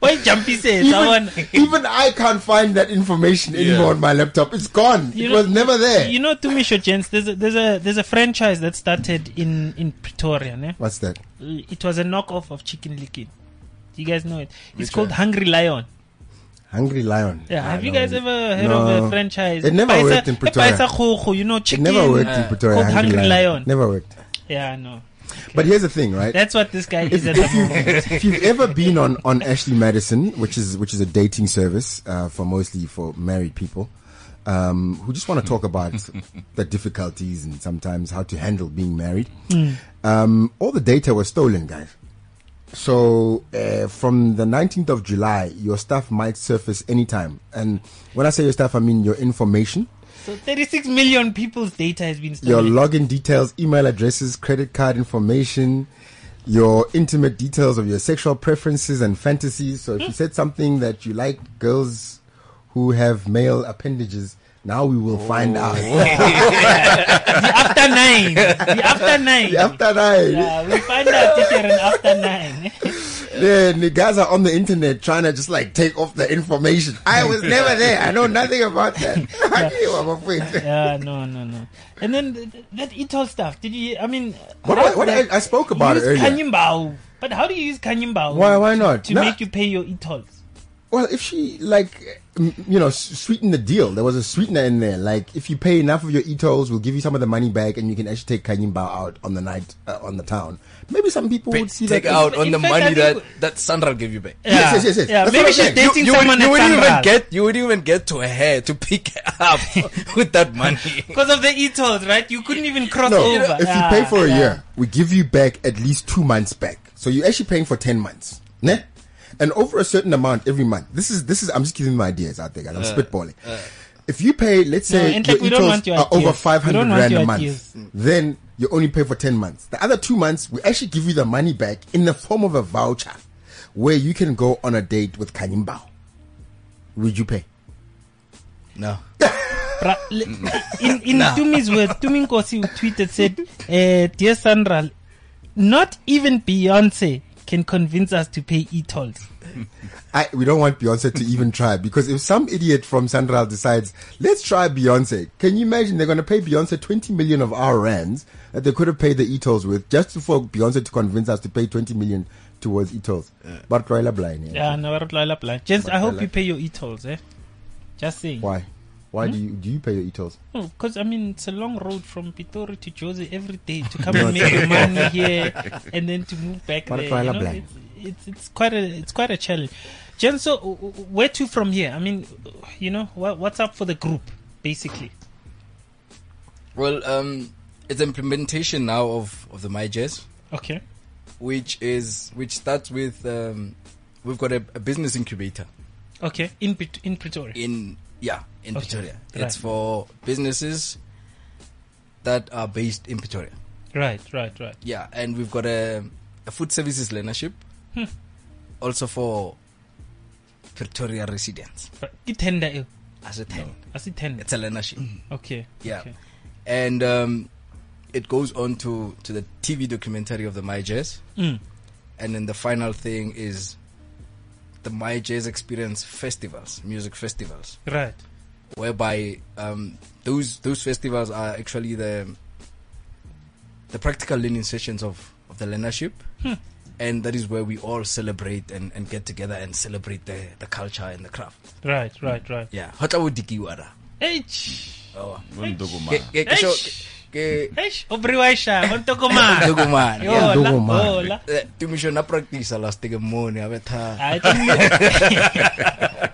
Why jumpy says even, (laughs) someone? even I can't find that information anymore on my laptop. It's gone. You it know- was never there. You know, Tumisho Gents, there's a, there's a there's a franchise that started in in Pretoria. Ne? What's that? It was a knockoff of Chicken Licken. You guys know it. It's called Hungry Lion. Hungry Lion. Yeah, have I you don't guys know. ever heard of No. a franchise? It never Paisa- worked in eh, Pretoria. Paisa Kgokgo, you know, It chicken. never worked in Pretoria. uh, called Hungry Lion. Never worked. Yeah, I know. But here's the thing, right? That's what this guy (laughs) is if, at if the you, (laughs) moment. if you've ever been on, on Ashley Madison, which is which is a dating service uh, for mostly for married people um, who just want to talk (laughs) about the difficulties and sometimes how to handle being married, Hmm. um, all the data was stolen, guys. So uh, from the 19th of July, your stuff might surface anytime, and when I say your stuff, I mean your information. So 36 million people's data has been Your stolen. login details, email addresses, credit card information, your intimate details of your sexual preferences and fantasies. So if you said something that you like girls who have male appendages, now we will find out. (laughs) The after nine. The after nine. After that, yeah, we find out that you're an after nine. (laughs) the niggas are on the internet trying to just like take off the information. I was never there. I know nothing about that. (laughs) I knew I'm afraid. yeah, no, no, no. And then th- th- that ETOL stuff. Did you? I mean, What- how's what- that? I- I spoke about use it earlier. Kanyimbao. But how do you use Kanyimbao? Why- why not? To Nah. make you pay your ETOLs. Well, if she like, m- you know, s- sweeten the deal. There was a sweetener in there. Like, if you pay enough of your e-tolls, we'll give you some of the money back, and you can actually take Kanyimba out on the night uh, on the town. Maybe some people would see Take that. as- out on in the fact, I money think that we- that Sandra gave you back. Yes, yes, yes, yes. That's Yeah, what I'm maybe she's saying. dating You, someone would, you at wouldn't even Sanral. get you wouldn't even get to her to pick (laughs) up with that money. Because of the ethos, right? You couldn't even cross No, over. if you Yeah, pay for a yeah. year, we give you back at least two months back. So you're actually paying for ten months, ne? And over a certain amount every month. This is this is. I'm just giving my ideas out there, guys. I'm spitballing. if you pay, let's No, say and like, your we don't e-tolls want your are over ideas. five We hundred don't want rand your a month, ideas. then you only pay for ten months. The other two months, we actually give you the money back in the form of a voucher, where you can go on a date with Kanyimbao. Would you pay? No. Bra- le- in in Tumi's words, Tumi Nkosi who tweeted said, uh, "Dear Sandral, not even Beyonce can convince us to pay e-tolls. I, we don't want Beyonce to even try because if some idiot from Central decides, let's try Beyonce, can you imagine they're going to pay Beyonce 20 million of our rands that they could have paid the E ETOLs with just for Beyonce to convince us to pay 20 million towards E ETOls? But Raila Blind, yeah. Yeah, no, blah, blah, blah. Just, I hope you pay your e-tolls, eh? Just saying. Why? Why do you do you pay your E ETOLs? Because Oh, I mean, it's a long road from Pitori to Jose every day to (laughs) come and make the money here and then to move back What there. a trial you of know? blind. it's, it's it's quite a it's quite a challenge. Jen, so w- w- where to from here? I mean, you know, what, what's up for the group basically? Well, um, it's implementation now of of the My Jazz, Okay, which is which starts with um, we've got a, a business incubator okay, in Pit- in Pretoria. in yeah in Okay, Pretoria. right. It's for businesses that are based in Pretoria. Right, right, right. Yeah, and we've got a, a food services learnership, Hmm. also for Pretoria residents. But It tender, eh? As a ten, I see tender. it's a learnership. Mm-hmm. Okay, Yeah, okay. and um, it goes on to to the TV documentary of the My Jazz, Mm. and then the final thing is the My Jazz Experience festivals, music festivals, right. whereby um, those those festivals are actually the the practical learning sessions of of the learnership. Hmm. And that is where we all celebrate and, and get together and celebrate the, the culture and the craft. Right, right, right. Yeah. Hota wo dikiwara. H, Oh. Wemdogoma. Ke- ke- ke- Eish. ke- H, obriwaisha, ontokomana. Ndokumana. Yo, Yeah, la- Ndokomana. oh, la- Eh, timisho na practice last thing morning abetha Hayi, (laughs) timi-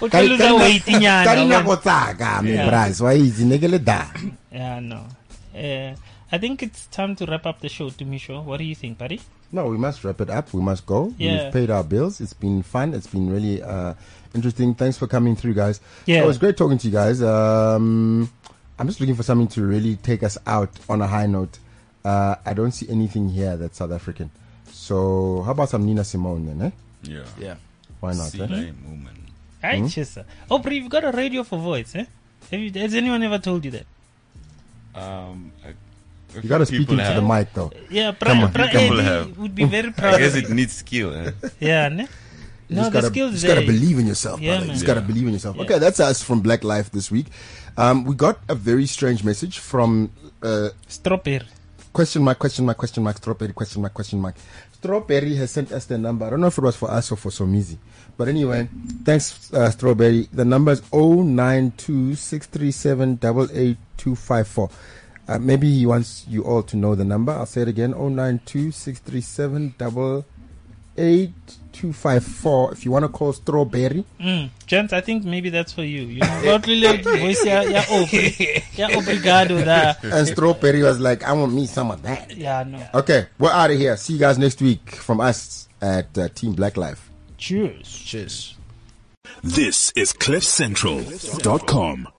Utoluza (laughs) weight nyana, Ka yabona? dinako tsaka, me Yeah. bras, wa itse, ne ke le da. Yeah, no. Uh, I think it's time to wrap up the show, Tumisho. What do you think, buddy? No, we must wrap it up. We must go. Yeah. We've paid our bills. It's been fun. It's been really uh, interesting. Thanks for coming through, guys. Yeah. It was great talking to you guys. Um, I'm just looking for something to really take us out on a high note. Uh, I don't see anything here that's South African. So, how about some Nina Simone then, eh? Yeah. yeah Why not? See, eh? like, woman. Hi, Hmm? Chesa. Oh, Bree, you've got a radio for voice, eh? Have you, has anyone ever told you that? Um, a- a You few got to speak people into have- the mic, though. Yeah, Come Bra, on, Bra you people Eddie have. would be very proud. I guess of it needs skill. Eh? Yeah, ne? You No, just the gotta, skills you just there. gotta believe in yourself, Yeah, brother. You man. just gotta Yeah. believe in yourself. Okay, that's us from Black Life this week. Um, we got a very strange message from uh, Strawberry. Question mark, question mark, question mark, strawberry, question mark, question mark. Strawberry has sent us the number. I don't know if it was for us or for Somizi. But anyway, thanks, uh, Strawberry. The number is 0926378824. Uh, maybe he wants you all to know the number. I'll say it again 0926378824. If you want to call Strawberry, Mm. Gents, I think maybe that's for you. (laughs) You know, not really voice. Yeah, yeah, obri- yeah, obrigado. da. and Strawberry was like, I want me some of that. Yeah, no. Okay, we're out of here. See you guys next week from us at uh, Team Black Life. Cheers. cheers This is CliffCentral.com.